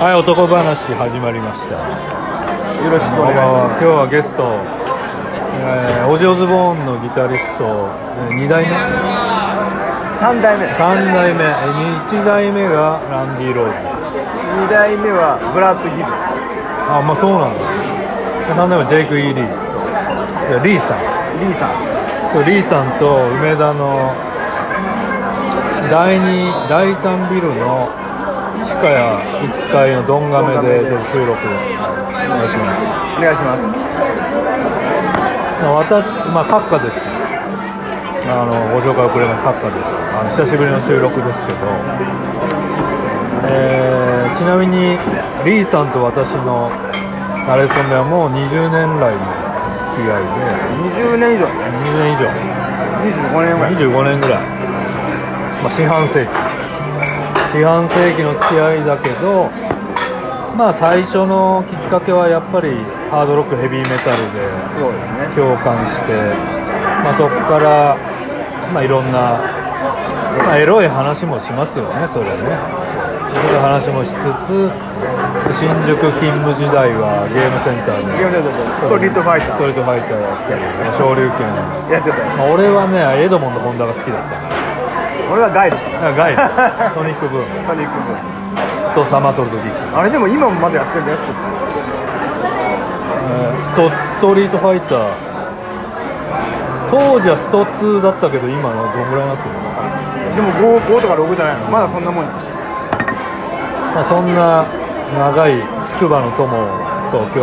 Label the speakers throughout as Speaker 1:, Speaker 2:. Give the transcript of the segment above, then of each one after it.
Speaker 1: はい、男話始まりました。
Speaker 2: よろしくお願いし
Speaker 1: 今
Speaker 2: ま
Speaker 1: 日はゲスト、えー、オジオズボーンのギタリスト、えー、2代目、
Speaker 2: す3代目です
Speaker 1: 3代目、えー、1代目がランディ・ローズ。
Speaker 2: 2代目はブラッド・ギブス
Speaker 1: あ、まあそうなんだ。何代目はジェイク・イー・リー。いやリーさん。
Speaker 2: リーさん
Speaker 1: 今日リーさんと梅田の第2、第3ビルの地下や1階のドンガメでちょっと収録です。お願いします。
Speaker 2: お願いします
Speaker 1: 私、まあ、閣下ですあのご紹介遅れました閣下ですあの久しぶりの収録ですけど、えーちなみにリーさんと私のなれそめはもう20年来の付き合い
Speaker 2: 20年以上
Speaker 1: で20年以上
Speaker 2: 25
Speaker 1: 25年
Speaker 2: 年ぐらい
Speaker 1: ぐらい、まあ、四半世紀四半世紀の付き合いだけどまあ最初のきっかけはやっぱりハードロックヘビーメタルで
Speaker 2: そうですね
Speaker 1: 共感して、まあ、そこから、まあ、いろんな、まあ、エロい話もしますよねそれはねそういう話もしつつ新宿勤務時代はゲームセンター
Speaker 2: ゲー
Speaker 1: で
Speaker 2: ムセンターでストリートファイタ
Speaker 1: ストリートファイターやったりまあ昇竜拳、ま
Speaker 2: ーやってたよ
Speaker 1: あ、俺はねエドモンド・ホンダが好きだっただ
Speaker 2: 俺はガイルソ
Speaker 1: からガイドソニックブーム
Speaker 2: ニックブーム
Speaker 1: とサマーソルト・ギック
Speaker 2: あれでも今もまだやってるんだよストリー
Speaker 1: ストストリートファイター当時はスト2だったけど今はどんぐらいになってるの
Speaker 2: トでも 5, 5とか6じゃないのまだそんなもんじゃない
Speaker 1: まあ、そんな長い筑波の友と今日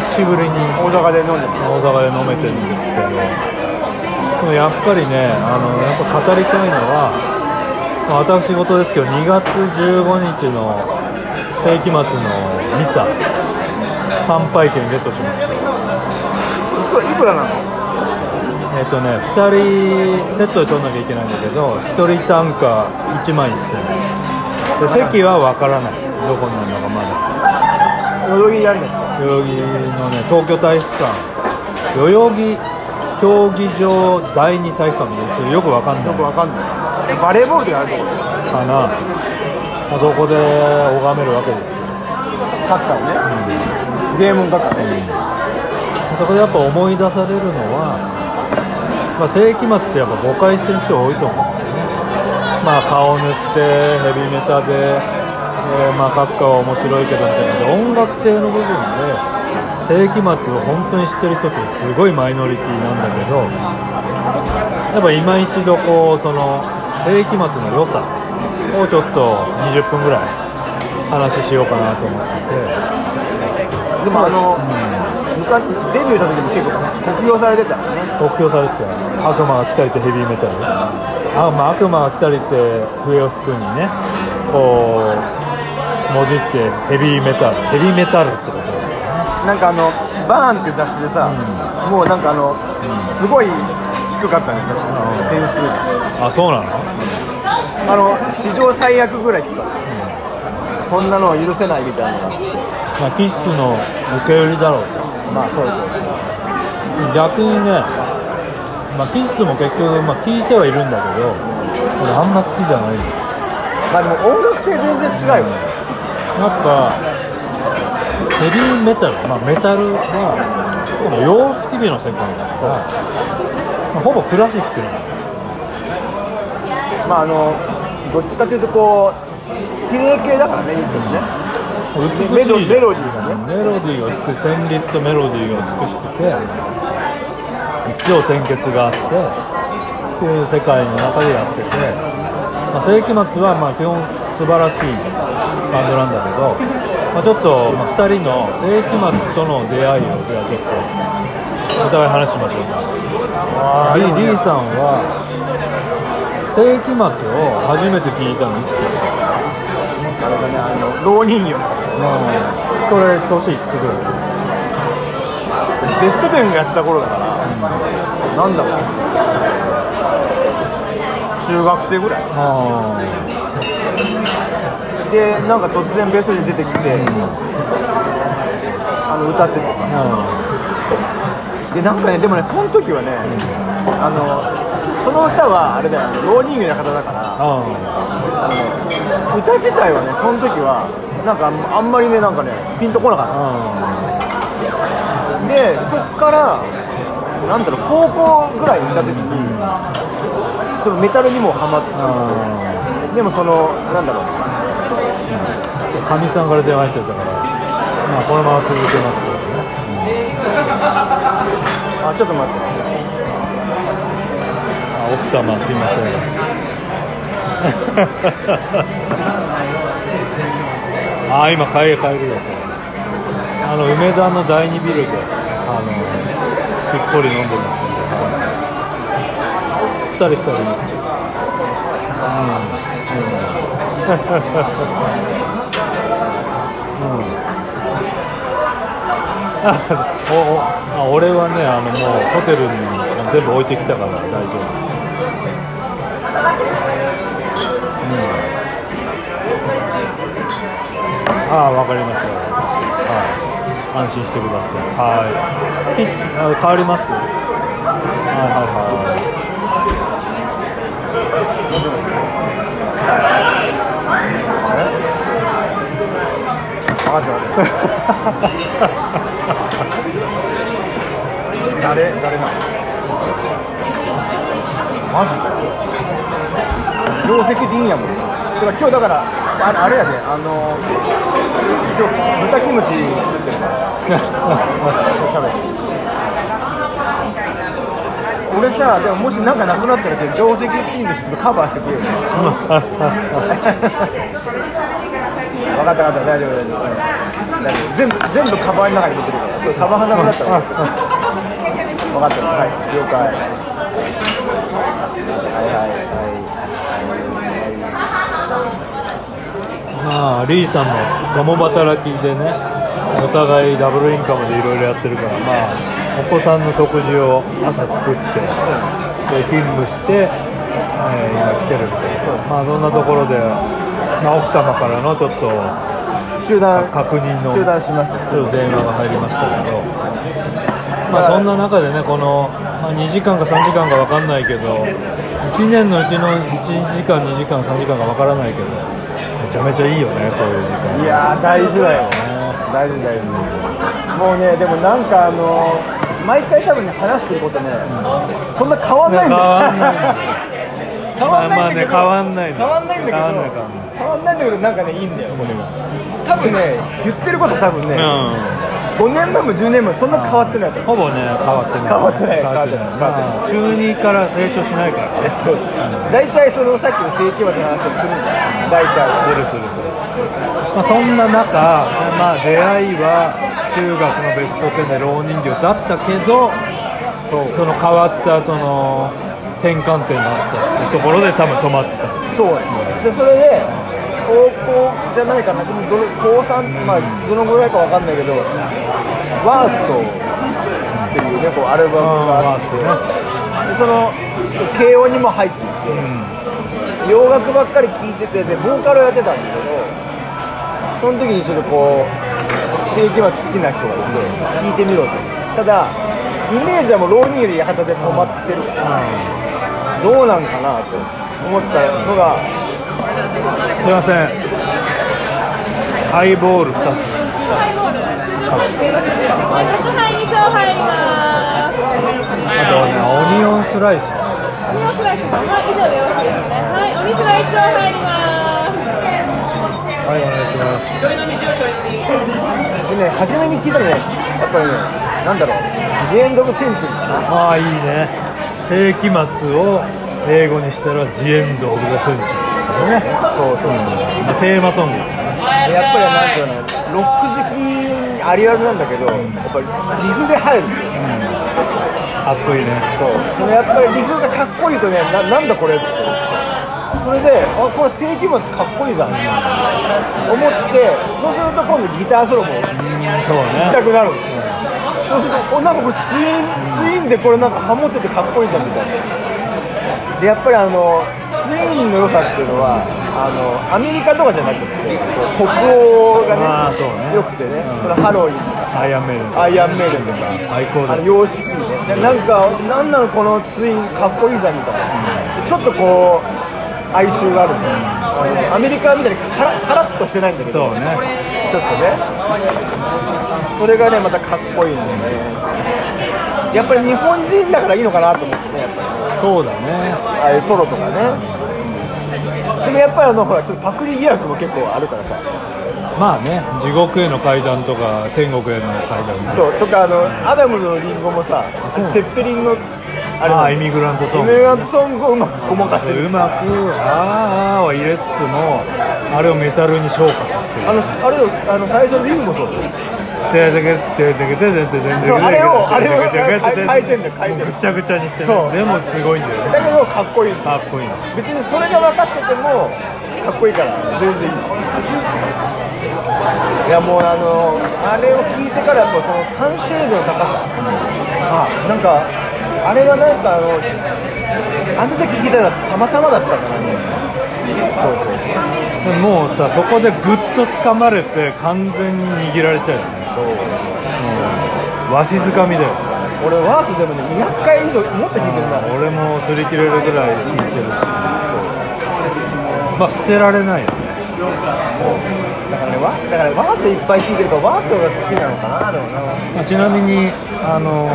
Speaker 1: 久しぶりに
Speaker 2: 大阪で飲んでる
Speaker 1: 大阪で飲めてるんですけどでもやっぱりねあのやっぱ語りたいのは、まあ、私事ですけど2月15日の世紀末のミサ参拝券ゲットしました
Speaker 2: いくらいくらなの
Speaker 1: えっとね2人セットで取んなきゃいけないんだけど1人単価1万1000円で席は分からないどこになるのかまだ
Speaker 2: 代々木やんねん
Speaker 1: 代々木のね東京体育館代々木競技場第二体育館のちょっとよくわかんない
Speaker 2: よくわかんないバレーボールでやるところ
Speaker 1: かなあそこで拝めるわけですよ
Speaker 2: カッカーねゲームカッカーね
Speaker 1: そこでやっぱ思い出されるのは、まあ、世紀末ってやっぱ誤解してる人多いと思うんだよね、まあ、顔塗ってヘビメタで、えーまあ、カッカは面白いけどみたいな感じで音楽性の部分で世紀末を本当に知ってる人ってすごいマイノリティなんだけどやっぱ今一度こうその世紀末の良さをちょっと20分ぐらい話ししようかなと思ってて。
Speaker 2: でもあの、昔デビューした時も結構酷評されてたよね
Speaker 1: 目標されてたよ悪魔が来たりってヘビーメタルあ、まあ、悪魔が来たりって笛を吹くにねこうもじってヘビーメタルヘビーメタルってことだよね
Speaker 2: なんかあのバーンって雑誌でさ、もうなんかあの、すごい低かったね確か
Speaker 1: うん
Speaker 2: 点数が
Speaker 1: あそうなの
Speaker 2: あの史上最悪ぐらい低かった、こんなの許せないみたいなのが
Speaker 1: まあキッスの受け売りだろうと
Speaker 2: まあそうですよ
Speaker 1: 逆にね、まあ、キッスも結局、まあ、聞いてはいるんだけど俺あんま好きじゃない
Speaker 2: まあでも音楽性全然違うよね、
Speaker 1: やっぱヘビーメタル、まあ、メタルはこの様式美の世界だから、まあほぼクラシックなの
Speaker 2: まああのどっちかというとこう綺麗系だからね言ってもね
Speaker 1: 美しい
Speaker 2: メロメロディーがね
Speaker 1: メロディーが美しく旋律とメロディーが美しくて一応転結があってっていう世界の中でやってて、まあ、世紀末はまあ基本素晴らしいバンドなんだけど、まあ、ちょっとまあ2人の世紀末との出会いをじゃあちょっとお互い話しましょうかリリーさんは世紀末を初めて聞いたのいつか
Speaker 2: あれだねあの浪人よ
Speaker 1: これ年いくつぐらい
Speaker 2: ベストテンがやってた頃だから、なんだろう中学生ぐらい
Speaker 1: あ
Speaker 2: でなんか突然ベストで出てきて、あの歌ってた
Speaker 1: あ、
Speaker 2: でなんかねでもねその時はね、あのその歌はあれだよねローニングな方だから
Speaker 1: あ
Speaker 2: あの、ね、歌自体はねその時はなんかあんまりねなんかねピンとこなかった
Speaker 1: あ
Speaker 2: でそっからなんだろう高校ぐらいにいた時に、そのメタルにもハマっ
Speaker 1: あ
Speaker 2: でもそのなんだろう
Speaker 1: かみさんから電話入っちゃったからまあこのまま続けますけどね
Speaker 2: あちょっと待って
Speaker 1: あ奥様すいません ああ今買い買えるよこれあの梅田の第二ビルであのしっぽり飲んでますんで、はい、二人二人うん、 うんうん、あおおあ俺はねあのもうホテルに全部置いてきたから大丈夫ああわかりましたはい安心してくださいはいきあ変わりますはいはいはい
Speaker 2: 分かった分かった誰誰なのマジか業績ディーンやもんなてか今日だからあれあれやであの今日豚キムチ作ってるから食べて俺さでももし何かなくなったらちょっと定石ディーンとしてちょっとカバーしてくれよ分かった分かった大丈夫大丈夫大丈夫全部全部カバンの中に入れてるからそうカバンの中だったら分かったはい了解はいはいはいは
Speaker 1: まあリーさんも共働きでねお互いダブルインカムでいろいろやってるからまあお子さんの食事を朝作ってで勤務して、えー今来てるみたいなまあそんなところで、まあ、奥様からのちょっと
Speaker 2: い中断
Speaker 1: 確認の
Speaker 2: 中断しました
Speaker 1: そういう電話が入りましたけど、まあ、そんな中でね、この、まあ、2時間か3時間か分かんないけど、1年のうちの1時間、2時間、3時間か分からないけど、めちゃめちゃいいよね、こういう時間。
Speaker 2: いやー大事だよ大事大事もうねでもなんかあの毎回多分ね話してることね、そんな変わんないんだよ
Speaker 1: まあま
Speaker 2: 変わんないんだけど、
Speaker 1: あね変わんないの
Speaker 2: 変わんないんだけど
Speaker 1: 変わんない変わんな
Speaker 2: 変わんないんだけどなんかねいいんだよこれが多分ね言ってること多分ね、
Speaker 1: うん、
Speaker 2: 5年前も10年前もそんな変わってないと思う
Speaker 1: ほぼね、変わってない、
Speaker 2: 変わってない
Speaker 1: 変わってない
Speaker 2: 変わってない
Speaker 1: まあ中2から成長しないからね、そう
Speaker 2: 大体そのさっきの正規話の話をするんだよ大
Speaker 1: するす
Speaker 2: 体
Speaker 1: るする、まあ、そんな中、まあ、出会いは中学のベスト10で浪人形だったけどそうその変わったその転換点があったっていうところで多分止まってた
Speaker 2: そうやでそれで高校じゃないかなでもどの高3、まあどのぐらいかわかんないけどワーストっていうねこうアルバムがあ
Speaker 1: ワー
Speaker 2: っ
Speaker 1: ス
Speaker 2: て
Speaker 1: トね
Speaker 2: でその慶応にも入っていて
Speaker 1: うん
Speaker 2: 洋楽ばっかり聴いててでボーカルをやってたんだけどその時にちょっとこう世紀末好きな人がいて聴いてみろとただイメージはもう浪人芸で八幡で止まってるからどうなんかなと思ったのが
Speaker 1: すいませんハイボール2つ
Speaker 3: はい、以上入ります。
Speaker 1: あとねオニオンスライス
Speaker 3: お肉スライスも、はい、以上でよろしいですね。はい、お肉スライスを入ります。
Speaker 1: はいお願いします
Speaker 2: でね初めに聞いたのねやっぱりねなんだろうジエンド・オブ・センチュリーかな
Speaker 1: ああいいね世紀末を英語にしたら「ジエンド・オブ・ザ・センチュリー」ですよね
Speaker 2: そうそう
Speaker 1: まあテーマソング
Speaker 2: やっぱりなんていうのロック好きありあるなんだけどやっぱりリフで入るんだよ
Speaker 1: かっこいいね
Speaker 2: そうそのやっぱりリフがかっこいいとねななんだこれってそれであこれ世紀末かっこいいじゃん思ってそうすると今度ギターソロも
Speaker 1: う
Speaker 2: 弾
Speaker 1: んそう
Speaker 2: き
Speaker 1: ね
Speaker 2: たくなるそうするとおなんかこれツインツインでこれなんかハモっててかっこいいじゃんみたいなでやっぱりあのツインの良さっていうのはあのアメリカとかじゃなくてこう北欧
Speaker 1: あー
Speaker 2: がね
Speaker 1: そうね
Speaker 2: 良くてね、そのハロウィンとか
Speaker 1: アイアンメイド
Speaker 2: アイアンメイデンとか
Speaker 1: 最高だ
Speaker 2: あの
Speaker 1: よ
Speaker 2: 様式ねでなんかなんなのこのツインかっこいいじゃんみたいな、でちょっとこう哀愁があるんだよアメリカみたいにカラカラッとしてないんだけ
Speaker 1: そ
Speaker 2: ど
Speaker 1: うね
Speaker 2: ちょっとねそれがねまたかっこいいんでねやっぱり日本人だからいいのかなと思ってねやっぱり
Speaker 1: そうだね
Speaker 2: ああいうソロとかねでもやっぱりあのほらちょっとパクリ疑惑も結構あるからさ
Speaker 1: まあね地獄への階段とか天国への階段
Speaker 2: そうとかあのアダムのリンゴもさ
Speaker 1: そう
Speaker 2: セッペリンのあれ
Speaker 1: ああイミグラントソング
Speaker 2: エミグラントソングをうまくごまかしてる
Speaker 1: うまく「あーあー」を入れつつもあれをメタルに昇華させる
Speaker 2: あのあれをあの最初のリングもそうだよ
Speaker 1: ててけててけてててててて
Speaker 2: そうあれをあれを
Speaker 1: ててててててて
Speaker 2: 変えてんだよ変えてんだよ
Speaker 1: もうぐちゃぐちゃにしてね
Speaker 2: そう
Speaker 1: でもすごいんだよね
Speaker 2: だけどかっこいい
Speaker 1: かっこいいの
Speaker 2: 別にそれが分かっててもかっこいいから全然いいいやもうあのあれを聞いてからやっぱこの完成度の高さあなんかあれはなんかあのあの時聞いたのはたまたまだったからねそうそう
Speaker 1: もうさそこでぐっと掴まれて完全に握られちゃうよねわしづかみだよ
Speaker 2: 俺ワースでもね200回以上もっと聞いてるな
Speaker 1: 俺も擦り切れるぐらい聴いてるしまあ捨てられないよね
Speaker 2: だからねワだからワースいっぱい聞いてるからワースの方が好きなのかなでもな
Speaker 1: まあちなみにあの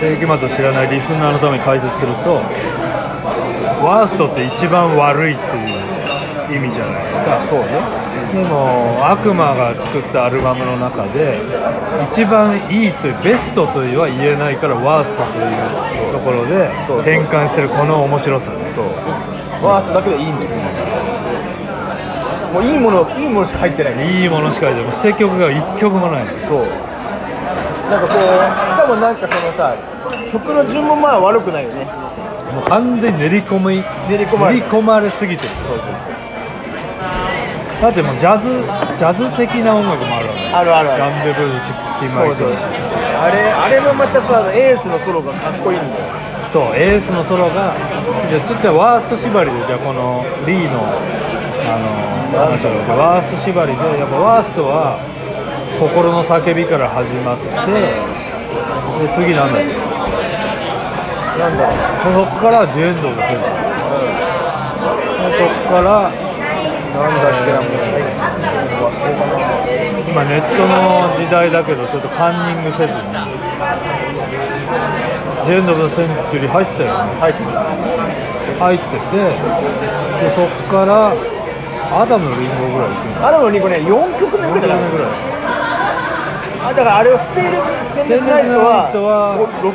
Speaker 1: 世紀末を知らないリスナーのために解説するとワーストって一番悪いっていう意味じゃないですか
Speaker 2: そうね
Speaker 1: でも悪魔が作ったアルバムの中で一番いいというベストとは言えないからワーストというところで
Speaker 2: そうそう
Speaker 1: 転換してるこの面白さ
Speaker 2: そうワースだけでいいんですよもういいものいいものしか入ってない
Speaker 1: いいものしかないもう捨て曲が一曲もない
Speaker 2: そうなんかこうしかもなんかこのさ曲の順もまあ悪くないよね
Speaker 1: もう完全に練り込み
Speaker 2: 練り込まれ
Speaker 1: 練り込まれすぎてる
Speaker 2: そうそう
Speaker 1: だってもうジャズジャズ的な音楽もあるわけ
Speaker 2: あるあるある
Speaker 1: ランデブーシックシーマ
Speaker 2: そ
Speaker 1: イク
Speaker 2: うそうあれあれのまたさあのエースのソロがかっこいいんだよ
Speaker 1: そうエースのソロがじゃあちょっとワースト縛りでじゃあこのリーのあの話をってワースト縛りでやっぱワーストは心の叫びから始まってで次なんだっけで
Speaker 2: なんだろう
Speaker 1: そっからジュエンドでするじゃんでそっから
Speaker 2: なんだっけなもう
Speaker 1: 今ネットの時代だけどちょっとカンニングせずにジェンド・オブ・センチュリー入ってたよね
Speaker 2: 入ってきた
Speaker 1: 入っててでそっからアダムのリンゴぐらい行く
Speaker 2: アダムのリンゴね4曲目
Speaker 1: の
Speaker 2: ぐらいだ
Speaker 1: 4
Speaker 2: な
Speaker 1: 曲目ぐらい
Speaker 2: あだからあれをステールスステンレスナイトは
Speaker 1: ス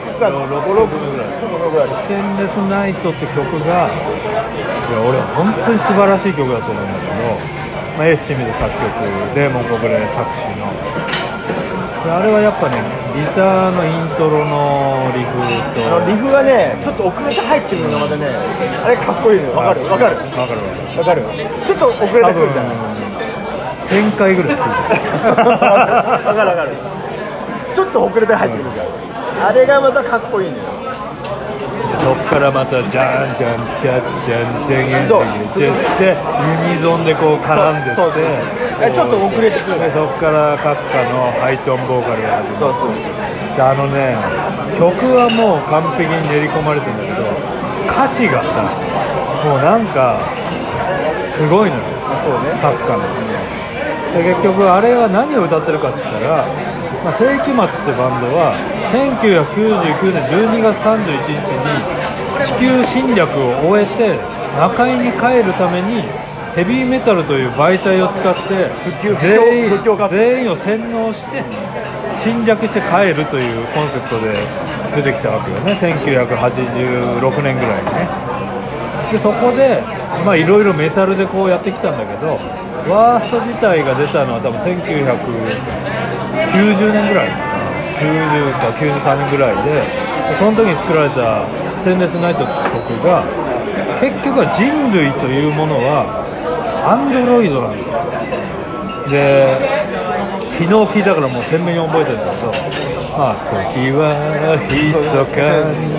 Speaker 1: テンレスナイトは
Speaker 2: 6か56ぐらい
Speaker 1: ステンレスナイトって曲がいや俺本当に素晴らしい曲だと思うんだけど、まあ、エース清水作曲デーモン小暮作詞のであれはやっぱねギターのイントロのリフと
Speaker 2: あのリフがねちょっと遅れて入ってるのがまたねあれかっこいいのよわかるわかる
Speaker 1: わかるわ
Speaker 2: わかるちょっと遅れて
Speaker 1: 多
Speaker 2: く
Speaker 1: 分
Speaker 2: るじゃん
Speaker 1: 1000回ぐらい来る
Speaker 2: わかる
Speaker 1: じ
Speaker 2: わかるわかるちょっと遅れて入ってくるじゃんあれがまたかっこいいのよ
Speaker 1: ゃんそっからまたじゃんじゃんじゃんじゃんじゃんじゃんじ
Speaker 2: そう
Speaker 1: ゃんじゃんでユニゾンでこう絡んでって
Speaker 2: そうそうえちょっと遅れてくる
Speaker 1: でそっからカッカのハイトーンボーカルが始ま
Speaker 2: そうそう
Speaker 1: ってあのね曲はもう完璧に練り込まれてんだけど歌詞がさもうなんかすごいのよ
Speaker 2: そうね
Speaker 1: カッカので結局あれは何を歌ってるかっつったら「まあ、世紀末」ってバンドは1999年12月31日に地球侵略を終えて中井に帰るためにヘビーメタルという媒体を使って
Speaker 2: 及
Speaker 1: 全員
Speaker 2: 布教活動
Speaker 1: 全員を洗脳して侵略して帰るというコンセプトで出てきたわけよね1986年ぐらいにねでそこでまあいろいろメタルでこうやってきたんだけどワースト自体が出たのは多分1990年ぐらい90か93年ぐらいででその時に作られた「ステンレスナイト」って曲が結局は人類というものはアンドロイドなんだよで昨日聞いたからもう鮮明に覚えてるんだけど「まあ、時は密かに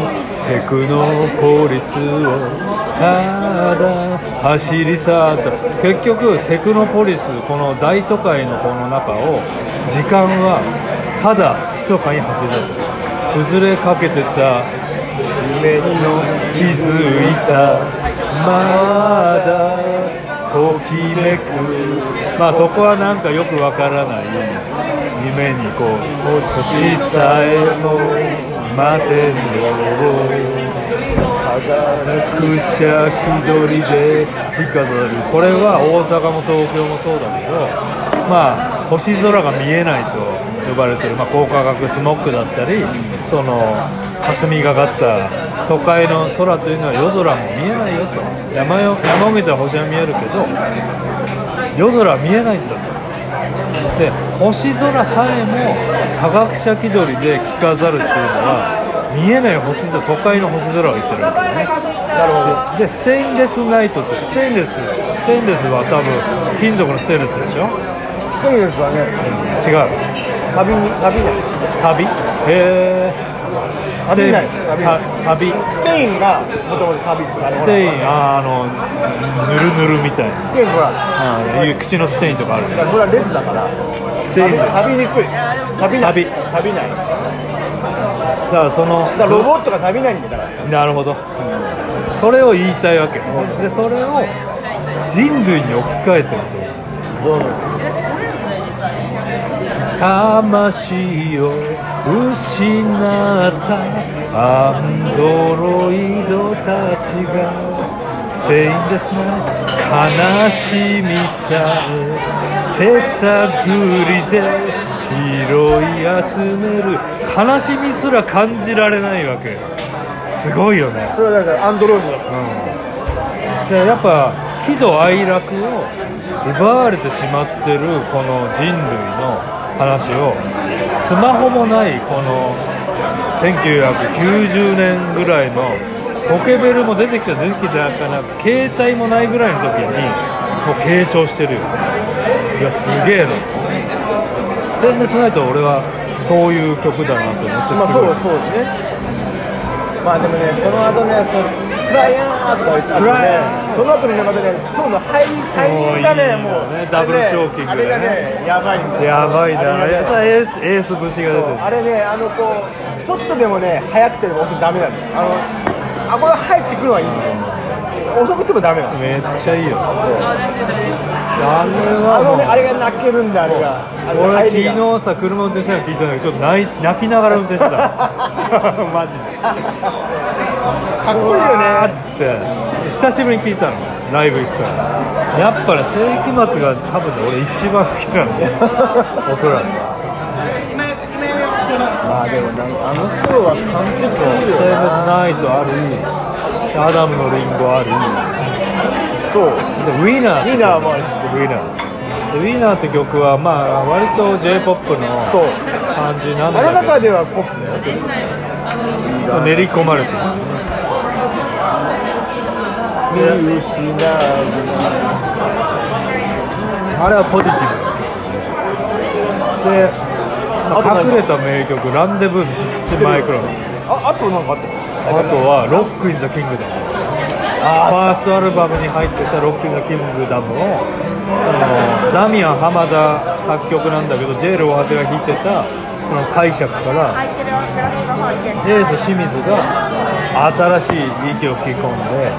Speaker 1: テクノポリスをただ走り去った」結局テクノポリスこの大都会のこの中を時間はただ密かに走り去った崩れかけてた
Speaker 2: 夢にの
Speaker 1: 気づいただときめくまあそこはなんかよくわからない夢にこう星さえも待てんよくしゃくどりで着飾るこれは大阪も東京もそうだけどまあ星空が見えないと呼ばれてる、まあ、高価格スモックだったりその霞がかった都会の空というのは夜空も見えないよと山よ山を見たら星は見えるけど夜空は見えないんだとで星空さえも科学者気取りで着飾るっていうのは見えない星空都会の星空を言ってるわけねでステインレスナイトってステインレスステインレスは多分金属のステンレスでしょ
Speaker 2: そうですわね
Speaker 1: 違う
Speaker 2: サビにサビない
Speaker 1: サビへえステイン
Speaker 2: 錆びない
Speaker 1: さサビ
Speaker 2: スペインがもともとサビってあれ
Speaker 1: ス
Speaker 2: ほ
Speaker 1: テイ
Speaker 2: ら
Speaker 1: ンあーあのぬるぬるみたいな
Speaker 2: スペインほら
Speaker 1: あいう口のステインとかあるね
Speaker 2: これはレスだから
Speaker 1: ステインだ
Speaker 2: サビにくいサビない
Speaker 1: サビ
Speaker 2: サビないだ
Speaker 1: からその
Speaker 2: からロボットがサビないんだから
Speaker 1: なるほどそれを言いたいわけでそれを人類に置き換えてると魂を失ったアンドロイドたちがセインですね悲しみさえ手探りで拾い集める悲しみすら感じられないわけすごいよね
Speaker 2: それはだからアンドロイドだから
Speaker 1: でやっぱ喜怒哀楽を奪われてしまってるこの人類の話をスマホもないこの1990年ぐらいのポケベルも出てきた出てきたから携帯もないぐらいの時にもう継承してるよねいやすげえなとステンレスナイトは俺はそういう曲だなと
Speaker 2: ま
Speaker 1: 思っ
Speaker 2: あ
Speaker 1: てす
Speaker 2: そ
Speaker 1: ごいう
Speaker 2: そうねまあでもねその後ねこうフライヤーとか言ってあと
Speaker 1: フライ
Speaker 2: ねその後にねまたねそうの入りタイミングがね
Speaker 1: もういいよね
Speaker 2: もう
Speaker 1: ダブルチョーキング
Speaker 2: あれがねやばいんだよ
Speaker 1: やばいな
Speaker 2: あれ
Speaker 1: やっ
Speaker 2: が
Speaker 1: ぱエ
Speaker 2: ね
Speaker 1: ースエース節が出てる
Speaker 2: あれねあのこうちょっとでもね早くても遅くてダメなのあのあんま入ってくるのはいいんだよ遅くてもダメなの
Speaker 1: めっちゃいいよあれ
Speaker 2: あ
Speaker 1: はもう
Speaker 2: のねあれが泣けるんだあれがあの
Speaker 1: 俺
Speaker 2: 入りが
Speaker 1: 昨日さ車運転しながら聞いたんだけどちょっと泣い泣きながら運転してた マジで
Speaker 2: かっこいいよね
Speaker 1: あっつって久しぶりに聞いたのライブ行くからやっぱね世紀末が多分ね俺一番好きなん だよおそらく
Speaker 2: まあでもなんかあの人は完璧す
Speaker 1: そうセ
Speaker 2: ぎ
Speaker 1: ー
Speaker 2: る
Speaker 1: ブス
Speaker 2: よね
Speaker 1: ナイトありアダムのリンゴあり
Speaker 2: そう
Speaker 1: でウィナー
Speaker 2: みんなもう知ってる
Speaker 1: ウィナーでウィナーって曲はまあ割と j p o p の
Speaker 2: そう
Speaker 1: 感じなん
Speaker 2: あの
Speaker 1: だけど
Speaker 2: 中ではポップだよ
Speaker 1: 練り込まれてる
Speaker 2: 見失う
Speaker 1: あれはポジティブで
Speaker 2: あと何
Speaker 1: 隠れた名曲「ランデブーズ6マイクロ」あ
Speaker 2: ああとなんかあった
Speaker 1: とは「ロック・イン・ザ・キングダム」ファーストアルバムに入ってた「ロック・イン・ザ・キングダムを」あのダミアン浜田作曲なんだけどジェール大橋が弾いてたその解釈からエース清水が新しい息を吹き込んで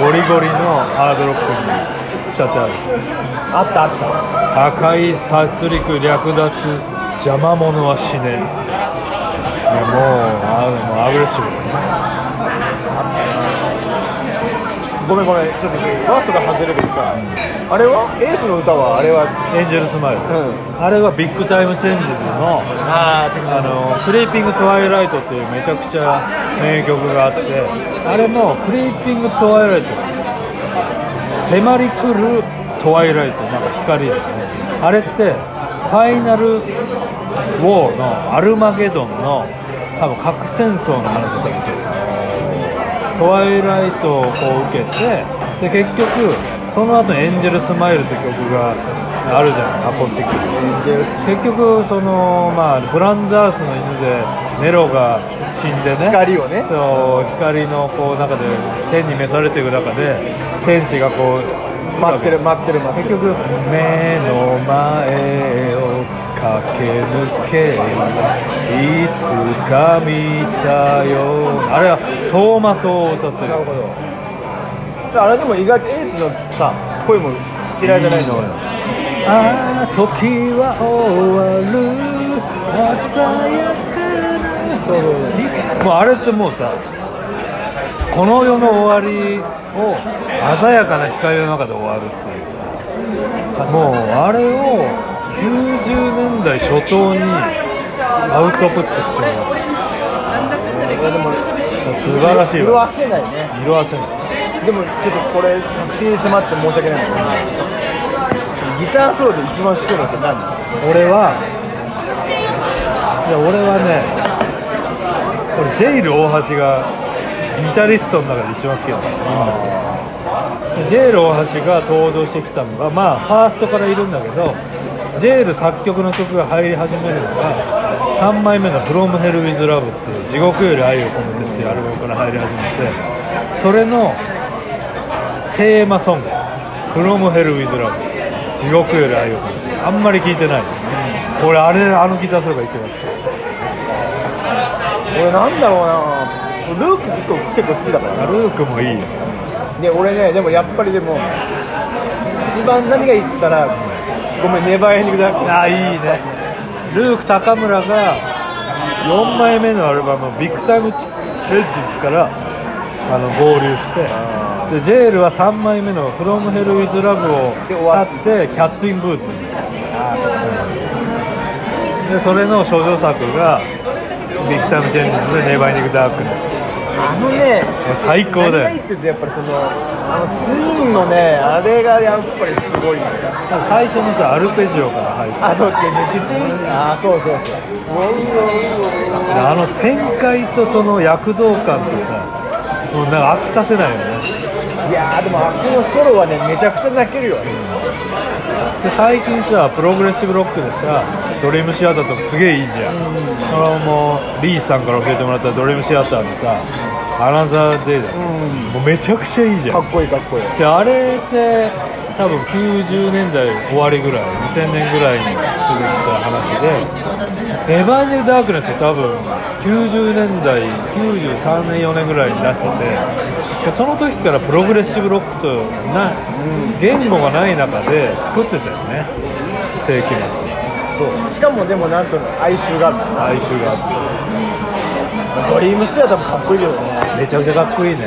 Speaker 1: ゴリゴリのハードロックに仕立て上げて
Speaker 2: あったあった
Speaker 1: 赤い殺戮略奪邪魔者は死ねんいやもうあもうアグレッシブ
Speaker 2: ごめんごめんちょっとバーストが外れるけどさあれはエースの歌はあれは
Speaker 1: エンジェルスマイル、
Speaker 2: う
Speaker 1: あれはビッグタイムチェンジズの
Speaker 2: ああ
Speaker 1: あのクリーピング・トワイライトっていうめちゃくちゃ名曲があってあれもクリーピング・トワイライト迫り来るトワイライトなんか光だよねあれってファイナル・ウォーのアルマゲドンの多分核戦争の話だったけトワイライトをこう受けてで結局その後にエンジェルスマイル」って曲があるじゃないアコースティックで
Speaker 2: エンジェルス
Speaker 1: 結局その、まあ、フランダースの犬でネロが死んでね
Speaker 2: 光をね
Speaker 1: そう光のこう中で天に召されていく中で天使がこう
Speaker 2: 待ってる待ってる待って
Speaker 1: 結
Speaker 2: る
Speaker 1: 局目の前を駆け抜けいつか見たよあれは走馬灯を歌ってる
Speaker 2: なるほどあれでも意外とエースのさ声も嫌いじゃないの俺
Speaker 1: ああ時は終わる鮮やかな
Speaker 2: そうそうそう
Speaker 1: もうあれってもうさこの世の終わりを鮮やかな光の中で終わるっていうさもうあれを90年代初頭にアウトプットしてもらう素晴らしい
Speaker 2: 色
Speaker 1: わ
Speaker 2: あせないね
Speaker 1: 色あせない
Speaker 2: でもちょっとこれ確信に迫って申し訳ないんだけどそのギターソロで一番好きなのって何
Speaker 1: 俺はいや俺はね俺ジェイル大橋がギタリストの中で一番好きなの今でジェイル大橋が登場してきたのがまあファーストからいるんだけどジェイル作曲の曲が入り始めるのが3枚目の「From Hell with Love」っていう「地獄より愛を込めて」っていうアルバムから入り始めてそれのテーマソング「From Hell with Love」地獄より愛を込めてあんまり聞いてない、俺あれあのギターソロが一番好き
Speaker 2: 俺なんだろうなルーク結構結構好きだからな
Speaker 1: ルークもいいよ
Speaker 2: で俺ねでもやっぱりでも一番何がいいって言ったらごめんネバーエンディングだ
Speaker 1: ああいいねルーク高村が4枚目のアルバム「ビッグタイムチェンジズ」からあの合流してでジェールは3枚目の「フロムヘルウィズラブを
Speaker 2: で終
Speaker 1: 去
Speaker 2: わっ
Speaker 1: ってキャッツ・イン・ブーツにでそれの処女作が「ビッグタイムチェンジズ」で「ネバーニング・ダークネス
Speaker 2: あのね
Speaker 1: 最高だよ
Speaker 2: 何がいいって言うとやっぱりそのあのツインのねあれがやっぱりすごいんだよ」
Speaker 1: 最初のさアルペジオから入って
Speaker 2: あそうって抜けていいあそうそうそう
Speaker 1: であの展開とその躍動感とさもうなんか飽きさせないよね
Speaker 2: いやーでもあこのソロはねめちゃくちゃ泣けるよ
Speaker 1: で最近さプログレッシブロックでさドリームシアターとかすげえいいじゃん、それはもうリーさんから教えてもらったドリームシアターのさ「アナザーデイだっけ、もうめちゃくちゃいいじゃ
Speaker 2: か
Speaker 1: ん
Speaker 2: っこいいかっこいい
Speaker 1: であれって多分90年代終わりぐらい2000年ぐらいに出てきた話で「エヴァンジェル・ダークネス」多分90年代93年4年ぐらいに出しててでその時からプログレッシブロックとな言語がない中で作ってたよね世紀末
Speaker 2: そうしかもでもなんとの哀愁があ
Speaker 1: 哀愁があ
Speaker 2: るドリームシアターもかっこいいよね
Speaker 1: ってめちゃくちゃかっこいいね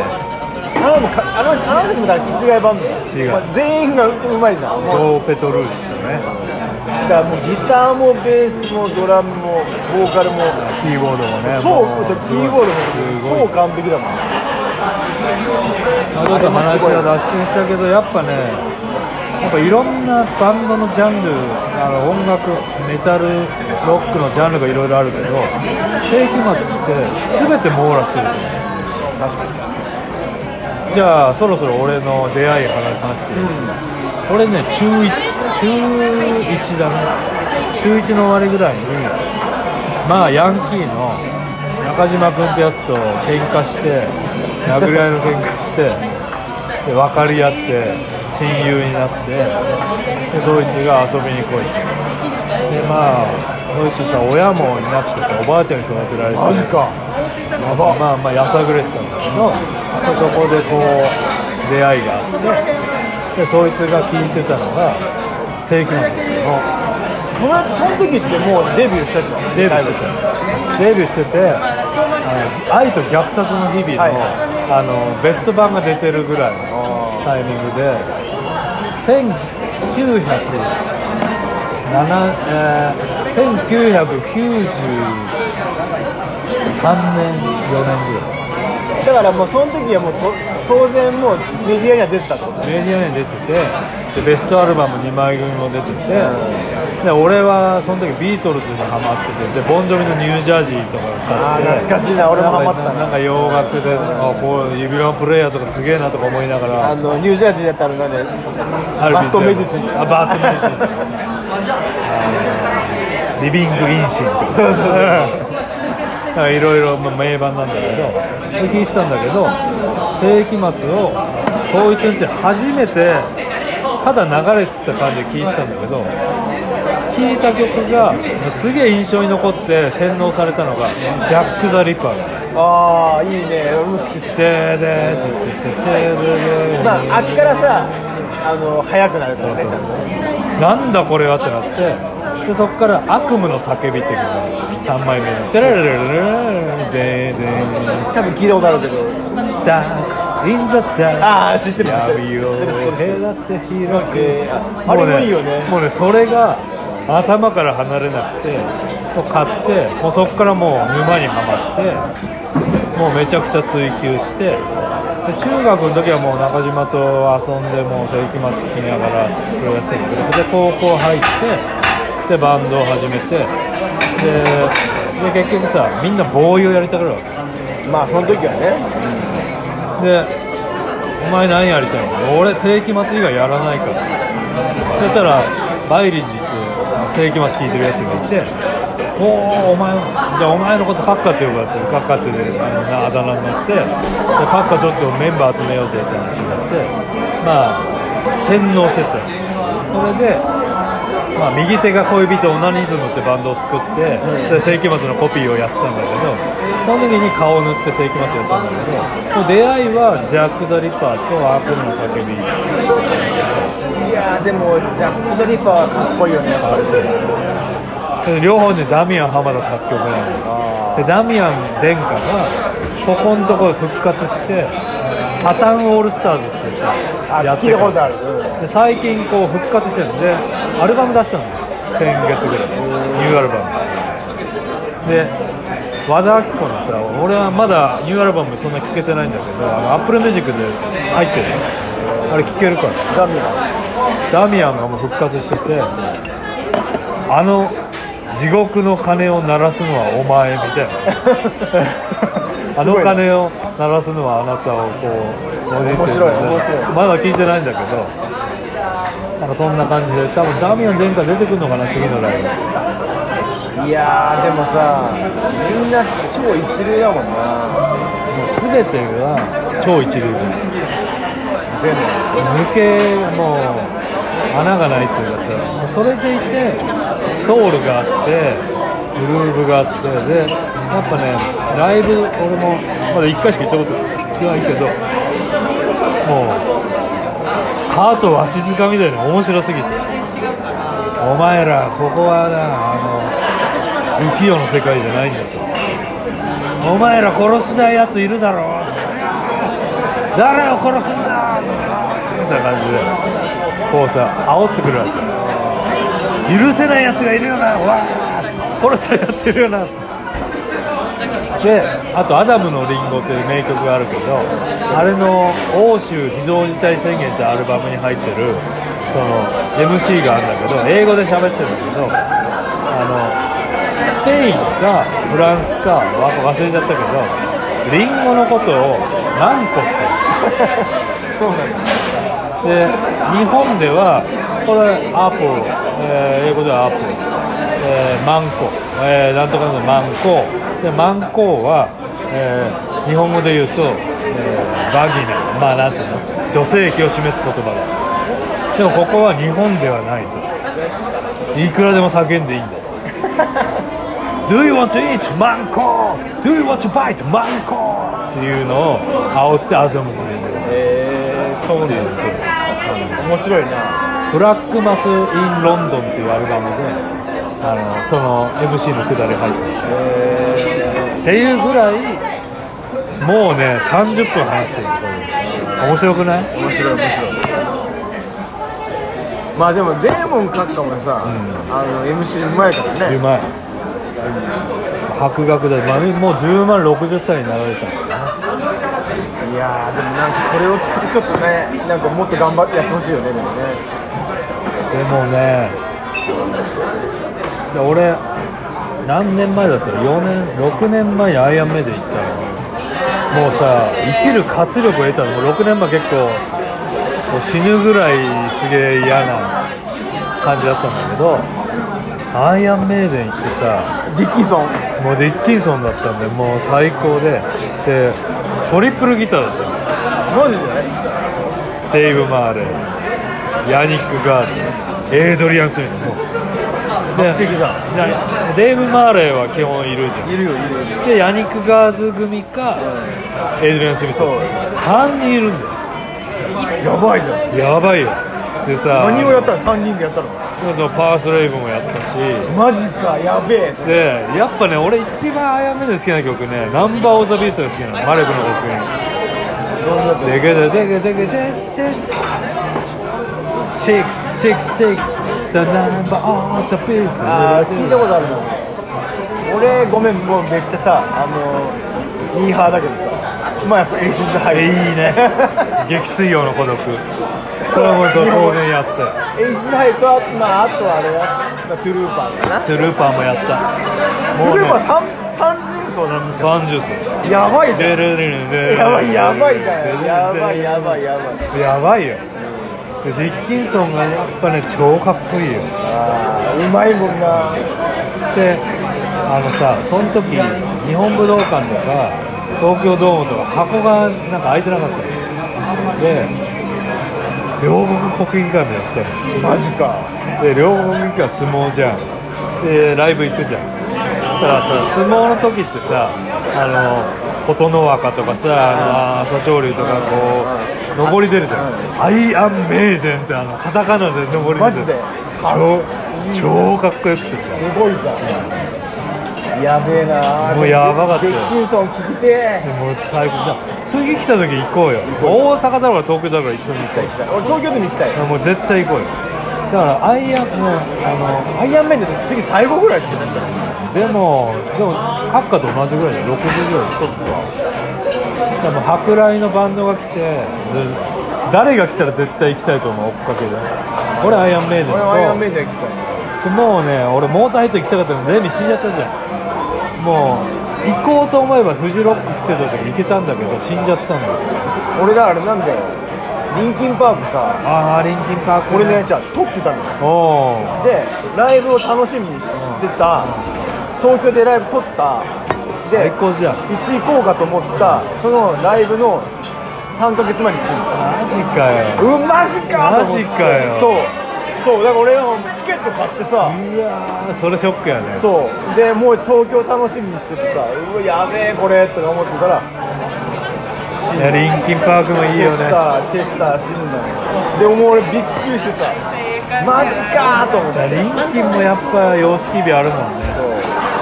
Speaker 2: あのもかあのあの人もだから気違いバンドだよ
Speaker 1: 違う
Speaker 2: まあ全員がうまいじゃんもう
Speaker 1: ドーペトルージュね
Speaker 2: だからもうギターもベースもドラムもボーカルも
Speaker 1: キーボードもね
Speaker 2: 超
Speaker 1: もう
Speaker 2: そうキーボー
Speaker 1: す
Speaker 2: ド
Speaker 1: ごい
Speaker 2: も超完璧だもん
Speaker 1: まあちょっと話が脱線したけどやっぱねやっぱいろんなバンドのジャンルあの音楽メタルロックのジャンルがいろいろあるけど世紀末って全て網羅してると思
Speaker 2: 確かに
Speaker 1: うじゃあそろそろ俺の出会いから話して、俺ね中1中1だね中1の終わりぐらいにまあヤンキーの中島君ってやつと喧嘩して殴り合いの喧嘩してで分かり合って親友になってでそいつが遊びに来いとでまあそいつさ親もいなくてさおばあちゃんに育てられて
Speaker 2: マジか
Speaker 1: やばまあまあやさぐれてたんだけどでそこでこう出会いがあってでそいつが聴いてたのが世紀末だったの
Speaker 2: そのその時ってもうデビューしてたの
Speaker 1: デビューして
Speaker 2: だい
Speaker 1: てデビューしててあの愛と虐殺の日々の,、
Speaker 2: はい
Speaker 1: あのベスト版が出てるぐらいのタイミングで1907えー1993年4年ぐらい
Speaker 2: ぶだからもうその時はもうと当然もうメディアには出てたってこと
Speaker 1: メディアに出ててでベストアルバム2枚組も出ててで俺はその時ビートルズにハマっててでボンジョビのニュージャージーとか買って
Speaker 2: あー懐かしいな俺もハマってた
Speaker 1: な
Speaker 2: なん
Speaker 1: か洋楽であこう指輪プレイヤーとかすげえなとか思いながら
Speaker 2: あのニュージャージーだったらなんで
Speaker 1: アルビ
Speaker 2: バッドメディスン
Speaker 1: あバッドメディスンあのリビングインシンとかそういろいろまあ名盤なんだけどで聞いてたんだけど世紀末をそいつんち初めてただ流れてた感じで聞いてたんだけど聞いた曲がすげえ印象に残って洗脳されたのがジャック・ザ・リッパーだ
Speaker 2: ああいいね俺も好き好きまああっからさあの早くなるからねちゃんと
Speaker 1: なんだこれはってなってでそこから「悪夢の叫び」っていうのが3枚目に「テラレレレレレレレ
Speaker 2: 多分聞いたことあるけど
Speaker 1: ダークインザダー
Speaker 2: ああ知って
Speaker 1: ク
Speaker 2: る知って
Speaker 1: 闇
Speaker 2: る
Speaker 1: を
Speaker 2: 知ってる知ってる知ってる
Speaker 1: 隔て
Speaker 2: なん
Speaker 1: 開
Speaker 2: か
Speaker 1: く」
Speaker 2: ねああれもいいよね
Speaker 1: もうねそれが頭から離れなくてもう買ってもうそこからもう沼にはまってもうめちゃくちゃ追求してで中学の時はもう中島と遊んでもう世紀末聴きながらプロレスやってくれてで高校入ってでバンドを始めてでで結局さみんなボーイをやりたがるわけ
Speaker 2: まあその時はね
Speaker 1: で「お前何やりたいの俺世紀末以外やらないから」そしたらバイリンジって世紀末聞いてるやつがいて「おおお前じゃあお前のことカッカって呼ぶやつカッカってねあのなあだ名になってでカッカちょっとメンバー集めようぜって話になってまあ洗脳してったよそれでまあ、右手が恋人オナニズムってバンドを作って、で世紀末のコピーをやってたんだけどその時に顔を塗って世紀末やってたんだけどもう出会いはジャック・ザ・リッパーとアークの叫び
Speaker 2: いやーでもジャック・ザ・リッパーはかっこいいよねあれ
Speaker 1: で両方ねダミアン浜田作曲なんだよでダミアン殿下がここのところ復活してサタンオールスターズってさ
Speaker 2: あ
Speaker 1: やって
Speaker 2: 聞いたことある
Speaker 1: で最近こう復活してるんでアルバム出したのよ先月ぐらいニューアルバムで和田アキ子のさ俺はまだニューアルバムそんな聴けてないんだけどアップルミュージックで入ってるよあれ聴けるから
Speaker 2: ダミア
Speaker 1: ダミアンがもう復活しててあの地獄の鐘を鳴らすのはお前みたい なあの鐘を鳴らすのはあなたをこうもじってる
Speaker 2: 面白い面白
Speaker 1: まだ聞いてないんだけどなんかそんな感じで多分ダミアン殿下出てくるのかな次のライブ
Speaker 2: ンいやーでもさみんな超一流だもんな
Speaker 1: もう全てが超一流じゃん
Speaker 2: 全部
Speaker 1: 抜けもう穴がないっていうかさそれでいてソウルがあってグルーブがあってでやっぱねライブ俺もまだ1回しか行ったことないけどもうハートわしづかみたいに面白すぎてお前らここはなあの浮世の世界じゃないんだとお前ら殺したいやついるだろう誰を殺すんだみたいな感じでこうさ煽ってくるわけ許せないやつがいるよなわあ殺したやついるよなであと「アダムのリンゴ」っていう名曲があるけどあれの欧州非常事態宣言ってアルバムに入ってるその MC があるんだけど英語で喋ってるんだけどあのスペインかフランスかわ忘れちゃったけどリンゴのことを「何個」って言う
Speaker 2: そうなんだ
Speaker 1: で日本ではこれアポロ、えー英語ではアポロ、えーマンコ、えーなんとかのマンコでマンコは、えー日本語で言うと、えーバギナまあなんていうの女性器を示す言葉だ とでもここは日本ではないといくらでも叫んでいいんだと Do you want to eat マンコ Do you want to bite マンコっていうのを煽ってアダムの言う
Speaker 2: えー、そうなんだ
Speaker 1: ですよ
Speaker 2: 面白いな
Speaker 1: ブラックマス・イン・ロンドンっていうアルバムであのその MC のくだり入ってるっていうぐらいもうね30分話してるこれ面白くない
Speaker 2: 面白い面白いまあでもデーモン閣下もさ、あの MC うまいから
Speaker 1: う
Speaker 2: ね
Speaker 1: まい博学だまあもう10万60歳になられた
Speaker 2: いやーでもなんかそれを聞くとちょっとねなんかもっと頑張ってやってほしいよねでもね
Speaker 1: でもねで俺何年前だったら4年6年前にアイアンメイで行ったのもうさ生きる活力を得たのもう6年前結構もう死ぬぐらいすげえ嫌な感じだったんだけどアイアンメイデン行ってさ
Speaker 2: ディキソン
Speaker 1: もうディッキンソンだったんでもう最高ででトリプルギターだったの
Speaker 2: マジで
Speaker 1: デイブ・マーレーヤニック・ガーズエイドリアン・スミスもうで
Speaker 2: 完璧じゃ
Speaker 1: いやデイブ・マーレーは基本いるじゃ
Speaker 2: んいるよいるよ
Speaker 1: んでヤニック・ガーズ組かエイドリアン・スミス
Speaker 2: そう
Speaker 1: 3人いるん
Speaker 2: やばいじゃん
Speaker 1: だよやばいよでさ
Speaker 2: 何をやったの3人でやったの
Speaker 1: 今度パース・レイブもやったし
Speaker 2: マジかやべえ
Speaker 1: でやっぱね俺一番あやめで好きな曲ね「ナンバー・オブ・ザ・ビースト」が好きなのマレブの楽園
Speaker 2: どんなやつ
Speaker 1: でけででけでけでけシックスシックスシックスザナンバーオーザピース
Speaker 2: あー聞いたことあるな俺ごめんもうめっちゃさあのミーハーだけどさまあやっぱエイシズハイ
Speaker 1: いい ね激水曜の孤独それはもう当然やったよ
Speaker 2: エイシズハイとあ,、まあ、あとあれは、まあ、トゥルーパーかな
Speaker 1: トゥルーパーもやった
Speaker 2: ト
Speaker 1: も
Speaker 2: ゥ
Speaker 1: う
Speaker 2: ル
Speaker 1: ね
Speaker 2: ーパー三30層なんですか
Speaker 1: 30歳
Speaker 2: やばいじゃん
Speaker 1: デレレレレ
Speaker 2: やばいやばいじゃんやばいやばいやばい
Speaker 1: やばいよでディッキンソンがやっぱね超かっこいいよ
Speaker 2: あーうまいもんな
Speaker 1: であのさその時日本武道館とか東京ドームとか箱がなんか開いてなかったので両国国技館でやってる
Speaker 2: マジか
Speaker 1: で両国国技館相撲じゃんでライブ行くじゃんたださ相撲の時ってさあの琴ノ若とかさあの朝青龍とかこう上り出るじゃん「アイアンメイデン」ってあのカタカナで上り出る
Speaker 2: マジで
Speaker 1: 超超かっこよくてさ
Speaker 2: すごいじゃんやべえな
Speaker 1: もうやばかった
Speaker 2: デ
Speaker 1: よ
Speaker 2: ッキンソン聞きて
Speaker 1: でも最高だ次来た時行こうよ大阪だろうが東京だろうが一緒に行きたい
Speaker 2: え俺東京でも行きたい
Speaker 1: もう絶対行こうよだからアイアンもうあ
Speaker 2: アイアンメインで次最後ぐらいって言ってましたね
Speaker 1: のでもでも閣下と同じぐらいで60ぐらいそっかでも舶来のバンドが来てで誰が来たら絶対行きたいと思う追っかけで俺アイアンメイデン
Speaker 2: 俺アイアンメ
Speaker 1: と
Speaker 2: インで行きたい
Speaker 1: でもうね俺モーターヘッド行きたかったのにレミ死んじゃったじゃんもう行こうと思えばフジロック来てた時行けたんだけど死んじゃったんだよ
Speaker 2: 俺があれなんだよリンキンパークさ
Speaker 1: ああリンキンパーク
Speaker 2: 俺ねじゃあ撮ってたのよ
Speaker 1: おお
Speaker 2: でライブを楽しみにしてた東京でライブ撮ったで
Speaker 1: 最高じゃん
Speaker 2: いつ行こうかと思ったそのライブの3ヶ月前に死んだ
Speaker 1: マジかよ
Speaker 2: うんマジかと思って
Speaker 1: マジかよ
Speaker 2: そうそうだから俺はチケット買ってさ、
Speaker 1: いやーそれショックやね
Speaker 2: そうでもう東京楽しみにしててさうわやべえこれとか思ってたら
Speaker 1: いやリンキンパークもいい
Speaker 2: チェ
Speaker 1: よ
Speaker 2: ス
Speaker 1: ね
Speaker 2: ターチェスター死んだのでも俺びっくりしてさマジかと思って
Speaker 1: リンキンもやっぱ様式美あるもんね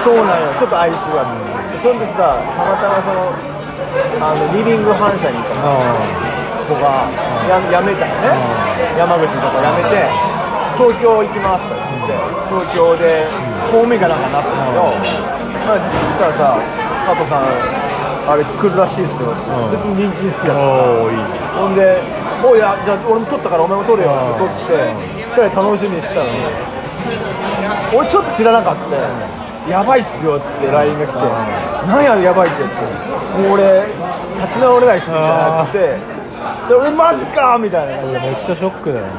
Speaker 2: そうそうなんよちょっと哀愁があってその時さたまたまそのあのリビング反射にいた
Speaker 1: あ
Speaker 2: 子がややめたよね、山口のとこやめて東京行きますとか言って東京で方面がなんかなったんだけど、まあ、言ったらさ佐藤さんあれ来るらしいっすよ、
Speaker 1: ん
Speaker 2: 別に人気好きだ
Speaker 1: あ
Speaker 2: から
Speaker 1: おーいいね
Speaker 2: ほんで「おいやじゃあ俺も撮ったからお前も撮るよ」って撮って二人楽しみにしてたのに俺ちょっと知らなかった「やばいっすよ」って LINE が来て「なんややばい」って言って「もう俺立ち直れないっす」みたいなってで俺マジかみたいな
Speaker 1: これめっちゃショックだよね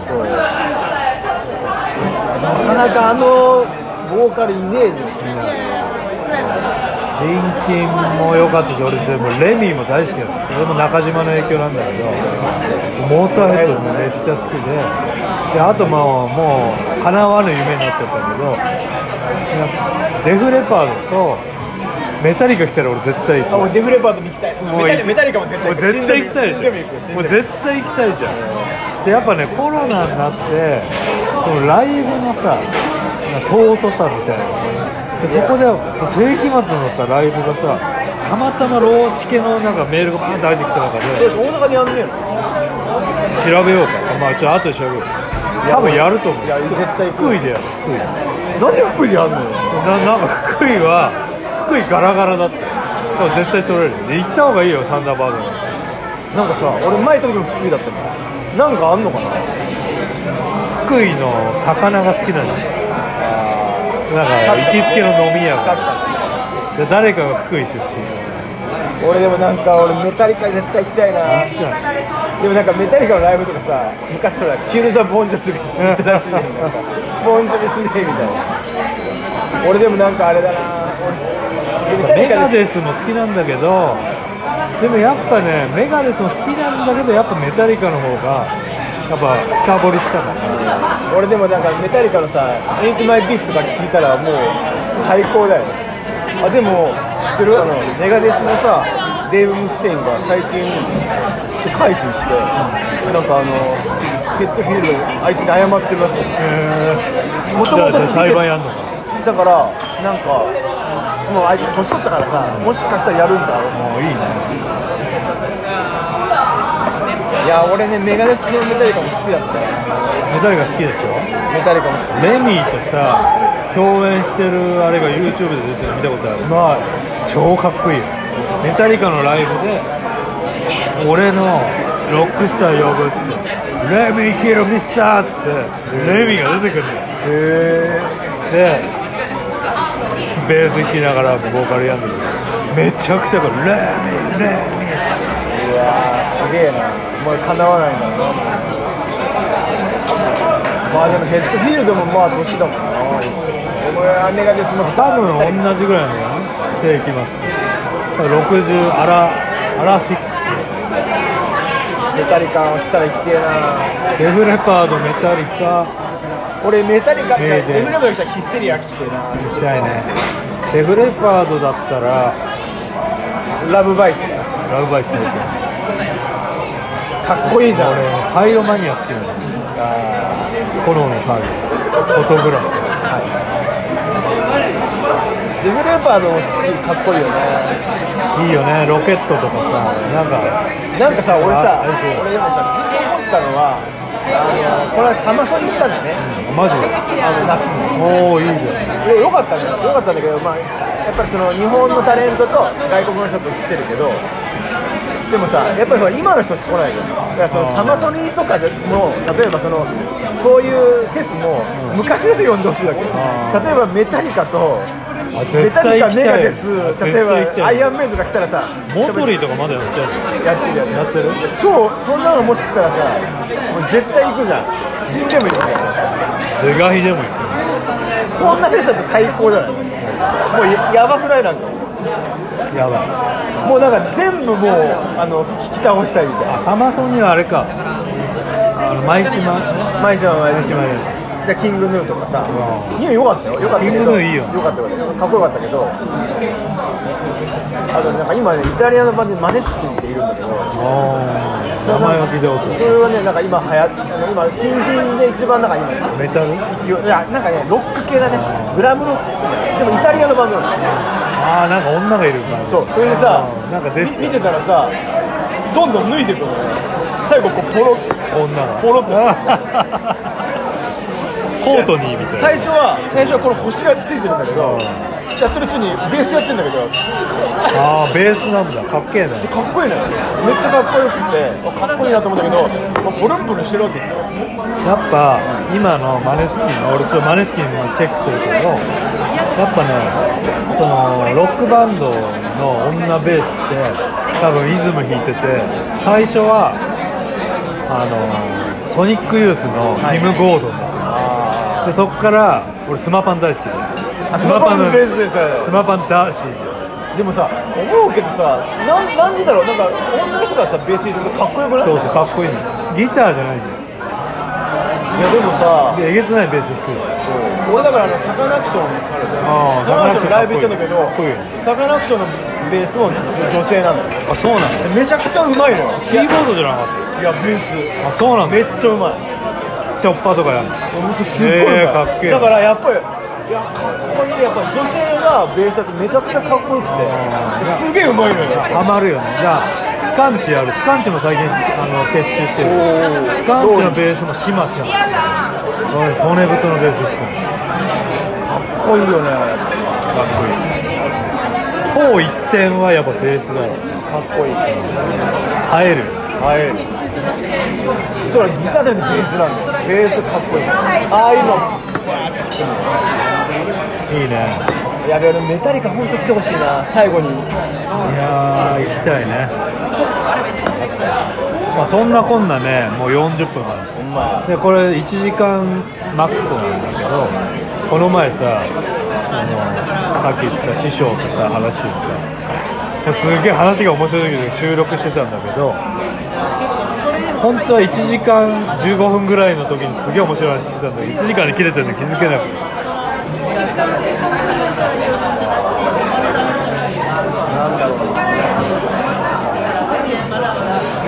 Speaker 2: なかなかあのボーカルいねえぜ
Speaker 1: リンキンも良かったし俺でもレミーも大好きなんですそれも中島の影響なんだけどモーターヘッドもめっちゃ好きでであともうもう叶わぬ夢になっちゃったけどいやデフレパードとメタリカ来たら俺絶対行く
Speaker 2: あ俺デフレパートに行きたい
Speaker 1: もう
Speaker 2: メタリメタリカも絶
Speaker 1: も
Speaker 2: 対
Speaker 1: う絶対行きたいでし
Speaker 2: 死ん
Speaker 1: ょ
Speaker 2: でも行く死んでも
Speaker 1: も
Speaker 2: 行
Speaker 1: う
Speaker 2: く
Speaker 1: 絶対行きたいじゃんでやっぱねコロナになってそのライブのさ尊さみたいなさでそこで世紀末のさライブがさたまたまローチケのなんかメールがバーンと入ってきた中で
Speaker 2: え大阪でやんねえの
Speaker 1: 調べようかまあちょっと後で調べよう多分やると思う
Speaker 2: いや絶対行く
Speaker 1: 福井でやる福井
Speaker 2: なんで福井でやんのよ
Speaker 1: ななんか福井は福井ガラガラだったよでも絶対取れるよで行った方がいいよサンダーバードに
Speaker 2: なんかさ、俺前行った時も福井だったからなんかあんのかな
Speaker 1: 福井の魚が好きなのなんか行きつけの飲み屋がで誰かが福井出身
Speaker 2: 俺でもなんか俺メタリカ絶対行きたいな
Speaker 1: 好きなの
Speaker 2: でもなんかメタリカのライブとかさ昔ほらキルザ・ボンジョビとかずっと出してねなんかボンジョビしねえみたいな俺でもなんかあれだな俺
Speaker 1: メガ
Speaker 2: で
Speaker 1: デスも好きなんだけどでもやっぱねメガデスも好きなんだけどやっぱメタリカの方がやっぱ深掘りしたから
Speaker 2: 俺でもなんかメタリカのさ「エイトマイビス」とか聞いたらもう最高だよあでも知ってるあのメガデスのさデーブ・ムステインが最近ちょっと改心してなんかあのペットフィールドあいつに謝ってるらしいもと
Speaker 1: じゃ
Speaker 2: も
Speaker 1: あじ
Speaker 2: と
Speaker 1: ゃあ対バンやんのか
Speaker 2: だからなんかもうあいつ年取ったからさもしかしたらやるんちゃう
Speaker 1: もういいね
Speaker 2: いや俺ねメガデスのメタリカも好きだったね
Speaker 1: メタリカ好きでしょ
Speaker 2: メタリカも好き
Speaker 1: レミーとさ共演してるあれが YouTube で出てるの見たことある
Speaker 2: まあ
Speaker 1: 超かっこいいよメタリカのライブで俺のロックスター呼ぶっつって「レミーキルミスター」っつってレミーが出てくるのよ
Speaker 2: へえ
Speaker 1: でベース弾きながらボーカルやんでるめちゃくちゃこれ「レミーレミー」
Speaker 2: いやーすげえなお前かなわないんだなまあでもヘッドフィールドもまあ年だもんな俺はメガデスも来た
Speaker 1: 多分同じぐらいなのかな世紀末多分60アラアラシックス
Speaker 2: メタリカ来たら来てえな
Speaker 1: デフレパードメタリカ
Speaker 2: 俺メタリカ
Speaker 1: ええ
Speaker 2: 来たら
Speaker 1: で
Speaker 2: デフレバー来たらヒステリア来てえな
Speaker 1: 行きたいねデフレパードだったら
Speaker 2: ラブバイト
Speaker 1: ラブバイス行きたい
Speaker 2: かっこいいじゃん
Speaker 1: 俺ハイロマニア好きなんですよ炎のカードフォトグラフとか
Speaker 2: デフレバードも好きかっこいいよね
Speaker 1: いいよねロケットとかさなんか
Speaker 2: なんかさ俺
Speaker 1: あ
Speaker 2: さ
Speaker 1: あれそう
Speaker 2: 俺でもさずっと思ってたのはあのこれはサマソニ行ったんだね
Speaker 1: マジ
Speaker 2: あの夏に
Speaker 1: おおいいじゃ
Speaker 2: いや良かったんだよ良かったんだけどまあやっぱりその日本のタレントと外国の人と来てるけどでもさやっぱりほら今の人しか来ないじゃんだからそのサマソニーとかじゃの例えばそのそういうフェスも昔の人呼んでほしいわけよ例えばメタリカと
Speaker 1: んあ
Speaker 2: メ
Speaker 1: 絶
Speaker 2: タ
Speaker 1: 対
Speaker 2: リ
Speaker 1: 行
Speaker 2: カ
Speaker 1: き
Speaker 2: メガ
Speaker 1: たい
Speaker 2: デス例
Speaker 1: 絶対行き
Speaker 2: えば
Speaker 1: た
Speaker 2: ア
Speaker 1: い
Speaker 2: イアンメイドが来たらさ
Speaker 1: モトリーとかまだやってる
Speaker 2: やってるやつ
Speaker 1: やってる
Speaker 2: 超そんなのもし来たらさもう絶対行くじゃん死んでもいいよ
Speaker 1: ゼガヒでも行く
Speaker 2: そんなフェスだって最高じゃないもうややばくないなんか
Speaker 1: やばい
Speaker 2: もうなんか全部もうあの聞き倒したいみたいな
Speaker 1: あサマソニはあれかあの舞島
Speaker 2: 毎週は毎週
Speaker 1: 島で
Speaker 2: でキングヌーとかさ
Speaker 1: う
Speaker 2: ニューよかったよよかったけど
Speaker 1: キングヌーいいよ
Speaker 2: かったよかっこよかったけどあとなんか今ねイタリアのバンドでマネスキンっているんだけど
Speaker 1: おー名前は聞いたこ
Speaker 2: それはねなんか今はやあの今新人で一番なんか今
Speaker 1: とメタル
Speaker 2: 勢いいやなんかねロック系だねグラムロックでもイタリアのバンドなの
Speaker 1: ああなんか女がいるから
Speaker 2: そうそれでさ
Speaker 1: なんか出てた
Speaker 2: み見てたらさどんどん脱いでくるのよ最後こうポロ
Speaker 1: 女が
Speaker 2: ポロっとしてる
Speaker 1: コートニーみたいな
Speaker 2: 最初は最初はこの星がついてるんだけ
Speaker 1: う
Speaker 2: ど、
Speaker 1: ん
Speaker 2: やってるうちにベースやってるんだけど
Speaker 1: ああベースなんだかっけえな
Speaker 2: かっこいいのよめっちゃかっこよくてかっこいいなと思ったけどもうブルンブルンしてるわけですよ
Speaker 1: やっぱ今のマネスキン俺ちょっとマネスキンもチェックするけどやっぱねそのロックバンドの女ベースって多分イズム弾いてて最初はあのソニックユースのティム・ゴードンだったのでそっから俺スマパン大好きじゃん
Speaker 2: スマパンのベースで
Speaker 1: ス
Speaker 2: さ
Speaker 1: マパン大好き
Speaker 2: でもさ思うけどさなんなんでだろうなんか女の人がさベース入れてるとかっこよくない
Speaker 1: そうそうかっこいいのギターじゃないんだよ
Speaker 2: いやでもさ
Speaker 1: でえげつないベース弾くでしょ
Speaker 2: 俺だからあのサカナクションあるじゃ
Speaker 1: ああ
Speaker 2: んサカナクションライブ行ったんだけ
Speaker 1: か
Speaker 2: ど
Speaker 1: っこいいよ
Speaker 2: サカナクションのベースも女性なのよ
Speaker 1: あそうなんだ
Speaker 2: めちゃくちゃうまいのよ
Speaker 1: キーボードじゃなかっ
Speaker 2: いやベース
Speaker 1: たあそうなんだ
Speaker 2: めっちゃうまい
Speaker 1: チョッパーとかやる
Speaker 2: すっごいうまい、
Speaker 1: えーかっけえ
Speaker 2: だからやっぱりいやかっこいいやっぱ女性がベースだってめちゃくちゃかっこよくてすげえうまいのよ
Speaker 1: ハマるよねだからスカンチあるスカンチも最近あの結集してるスカンチのベースもシマちゃん俺骨太のベース弾
Speaker 2: かっこいいよね
Speaker 1: くかっこいいこう一点はやっぱベースだよ
Speaker 2: かっこいい
Speaker 1: 映える
Speaker 2: はいそれはギターじゃなくてベースなんだよベースかっこいいああいうの
Speaker 1: いいね
Speaker 2: やべえ俺メタリカ本当来てほしいな最後に
Speaker 1: いやー行きたいねまあそんなこんなねもう40分話して
Speaker 2: ま
Speaker 1: でこれ1時間マックスなんだけどこの前さあのさっき言ってた師匠とさ話しててさこれすげえ話が面白いけど収録してたんだけど本当は1時間15分ぐらいの時にすげえ面白い話してたんだけど1時間で切れてるの気づけなくてやっ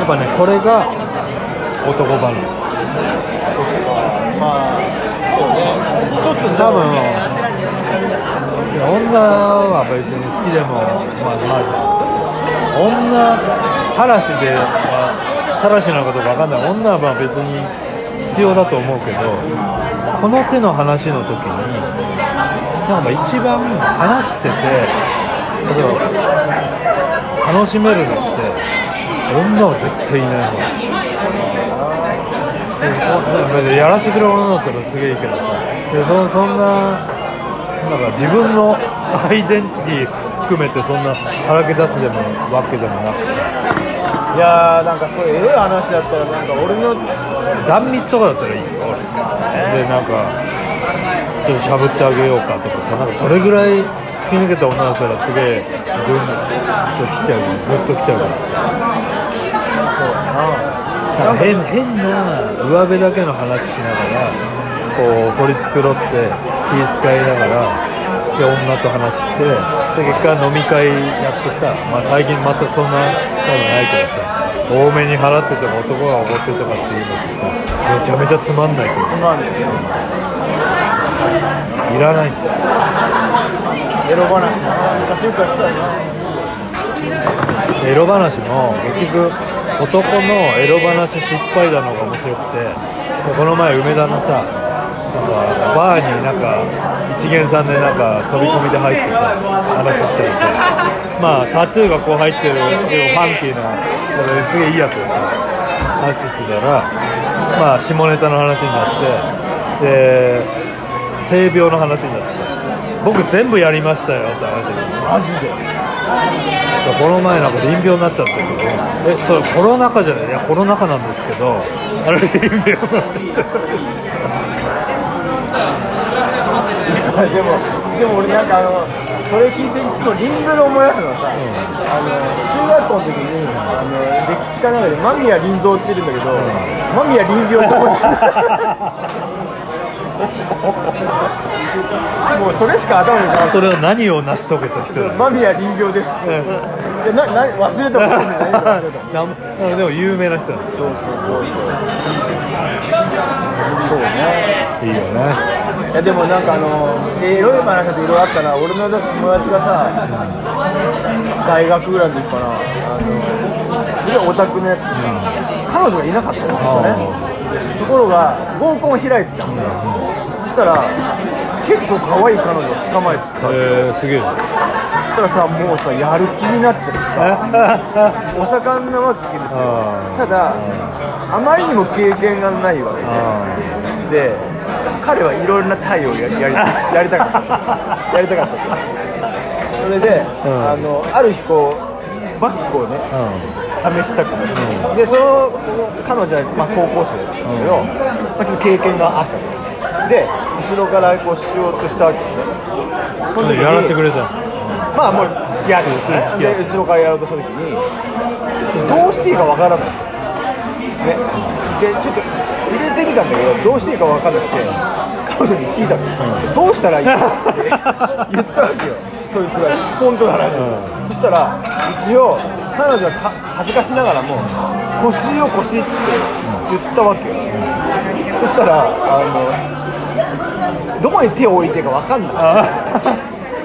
Speaker 1: ぱねこれが男話
Speaker 2: まあそうね一つ
Speaker 1: 多分いや女は別に好きでもまあまず女たらしでまあたらしなのかどうかわかんない女はまあ別に必要だと思うけどこの手の話の時になんかまあ一番話してて例えば楽しめるのって女は絶対いない方でやらせてくれる女だったらすげえいいけどさでそそんななんか自分のアイデンティティ含めてそんなさらけ出すでもわけでもなくさ
Speaker 2: いやーなんかそういうエロい話だったらなんか俺の
Speaker 1: 断蜜とかだったらいいよでなんかちょっとしゃぶってあげようかとかさなんかそれぐらい突き抜けた女だったらすげえグンときちゃうグッときちゃうからさなんか変変な上辺だけの話しながらこう取り繕って気遣いながらで女と話してで結果飲み会やってさ、まあ、最近全くそんなことないけどさ多めに払ってても男がおごってとかっていうのってさめちゃめちゃつまんないけどさ
Speaker 2: つまんね
Speaker 1: いらないんだよ
Speaker 2: エロ話の話昔よくしたよね
Speaker 1: エロ話も結局男のエロ話失敗だのが面白くてこの前梅田のさなんかバーになんか一元さんでなんか飛び込みで入ってさ話したりさまあタトゥーがこう入ってるでもファンキーなこれすげえいいやつですよ話してたらまあ下ネタの話になってで性病の話になってさ僕全部やりましたよって話です
Speaker 2: マジで
Speaker 1: この前なんか臨病になっちゃったけどえそれコロナ禍じゃないいやコロナ禍なんですけどあれ臨病になっちゃった
Speaker 2: でもでも俺なんかあのそれ聞いていつもリングで思い出すのはさ、あの中学校の時にあの歴史家の中で間宮林蔵っているんだけど、間宮林病って思ってたもうそれしか頭に浮かばない
Speaker 1: それは何を成し遂げた人だ
Speaker 2: 間宮林病ですって、いやなな忘れたも
Speaker 1: な
Speaker 2: んね
Speaker 1: んでも有名な人だ
Speaker 2: そうそうそうそうそうね
Speaker 1: いいよね
Speaker 2: いやでもなんかあのエロい話だといろいろあったな俺の友達がさ大学ぐらいの時かなあのすげえオタクのやつでさ彼女がいなかったのずっとねところが合コンを開いてたのそしたら結構可愛い彼女を捕まえて
Speaker 1: えー、すげえじゃん
Speaker 2: そしたらさもうさやる気になっちゃってさお盛んなわけですよ
Speaker 1: あ
Speaker 2: ただあまりにも経験がないわけで
Speaker 1: あ
Speaker 2: で彼はいろんな対応をややりやりたか ったやりたかったそれで、
Speaker 1: ん
Speaker 2: あのある日こうバッグをね
Speaker 1: う
Speaker 2: 試したくて、でその彼女は、まあ、高校生だったんだけど、まあ、ちょっと経験があったので後ろからこうしようとしたわけですよその時
Speaker 1: ん
Speaker 2: に
Speaker 1: やらせてくれたの
Speaker 2: まあもう付き合って
Speaker 1: うん付き合って
Speaker 2: で後ろからやろうとした時にどうしていいかわからないねでちょっと入れてみたんだけどどうしていいかわからなくて彼女に聞いたんですよ、どうした らいいって言ったわけよそいつが本当の話を、そしたら一応彼女はか恥ずかしながらも腰を腰って言ったわけよ、そしたらあのどこに手を置いていいかわかんない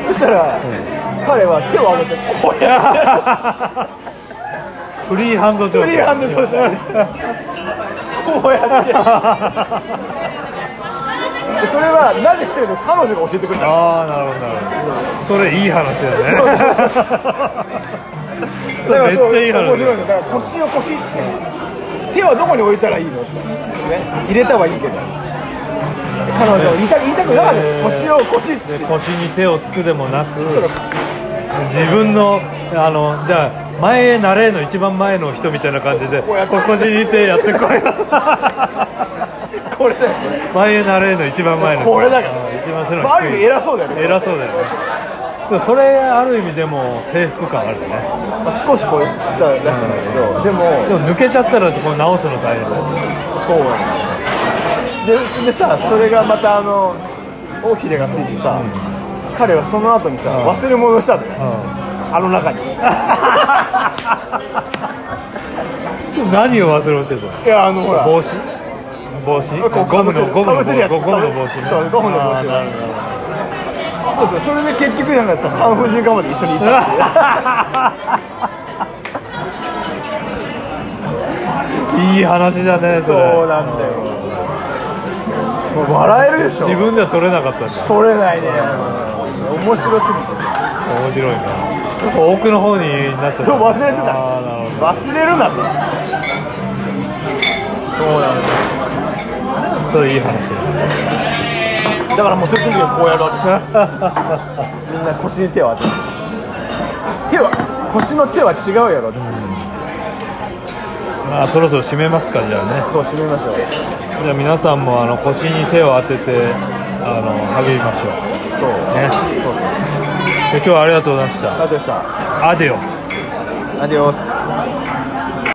Speaker 2: そしたら、彼は手を上げてこうやって
Speaker 1: フリーハンド状
Speaker 2: フ
Speaker 1: 態
Speaker 2: リーハンド状態でこうやってでそれはなぜ知ってるの彼女が教えてくれた
Speaker 1: ああなるほどなるほどそれいい話だね
Speaker 2: だからそう
Speaker 1: めっちゃいい話
Speaker 2: 面白いのだから腰を腰って手はどこに置いたらいいのって、ね、入れたはいいけど彼女言いた言いたくなかった
Speaker 1: へー
Speaker 2: 腰を腰って
Speaker 1: で腰に手をつくでもなく自分のあのじゃあ前へなれの一番前の人みたいな感じでこ
Speaker 2: うや
Speaker 1: う
Speaker 2: って
Speaker 1: 腰に手やってこい
Speaker 2: これだよ
Speaker 1: 前へなれの一番前の人
Speaker 2: これだから
Speaker 1: うん一番背の
Speaker 2: まあある意
Speaker 1: 低
Speaker 2: 味
Speaker 1: い
Speaker 2: 偉そうだよね
Speaker 1: 偉そうだよねでもそれある意味でも制服感あるよね
Speaker 2: まあ、少しこうしたらしいんだけど、でも
Speaker 1: でも抜けちゃったらこれ直すの大変だよ
Speaker 2: そうなんだよででさそれがまたあの尾ひれがついてさ、彼はその後にさ、
Speaker 1: ん
Speaker 2: 忘れ物をしたのよ、あの中に
Speaker 1: 何を忘れましてたの
Speaker 2: いやあのほら
Speaker 1: 帽子帽子
Speaker 2: こう
Speaker 1: ゴムのゴム
Speaker 2: かぶ
Speaker 1: の
Speaker 2: せるやつ
Speaker 1: ゴムの帽子ね
Speaker 2: そうゴムの帽子
Speaker 1: あーなるほど
Speaker 2: そうそうそれで結局なんかさ産婦人科まで一緒にいたっていう
Speaker 1: いい話だねそ
Speaker 2: そう
Speaker 1: れ
Speaker 2: なんだよもう笑えるでしょ
Speaker 1: 自分では取れなかったんだ
Speaker 2: 取れないね面白すぎて
Speaker 1: 面白いなちょっと奥の方になっちゃった
Speaker 2: そう忘れてた
Speaker 1: あーなるほど
Speaker 2: 忘れるなってそうなんだ
Speaker 1: それいい話だ
Speaker 2: だからもうそいつの時はこうやるわけみんな腰に手を当てて手は腰の手は違うやろって
Speaker 1: まあそろそろ締めますかじゃあね
Speaker 2: そう締めましょう
Speaker 1: じゃあ皆さんもあの腰に手を当ててあの励みましょう
Speaker 2: そう
Speaker 1: ね
Speaker 2: そうそう
Speaker 1: で今日はありがとうございました
Speaker 2: あとさ
Speaker 1: アディオス
Speaker 2: アディオス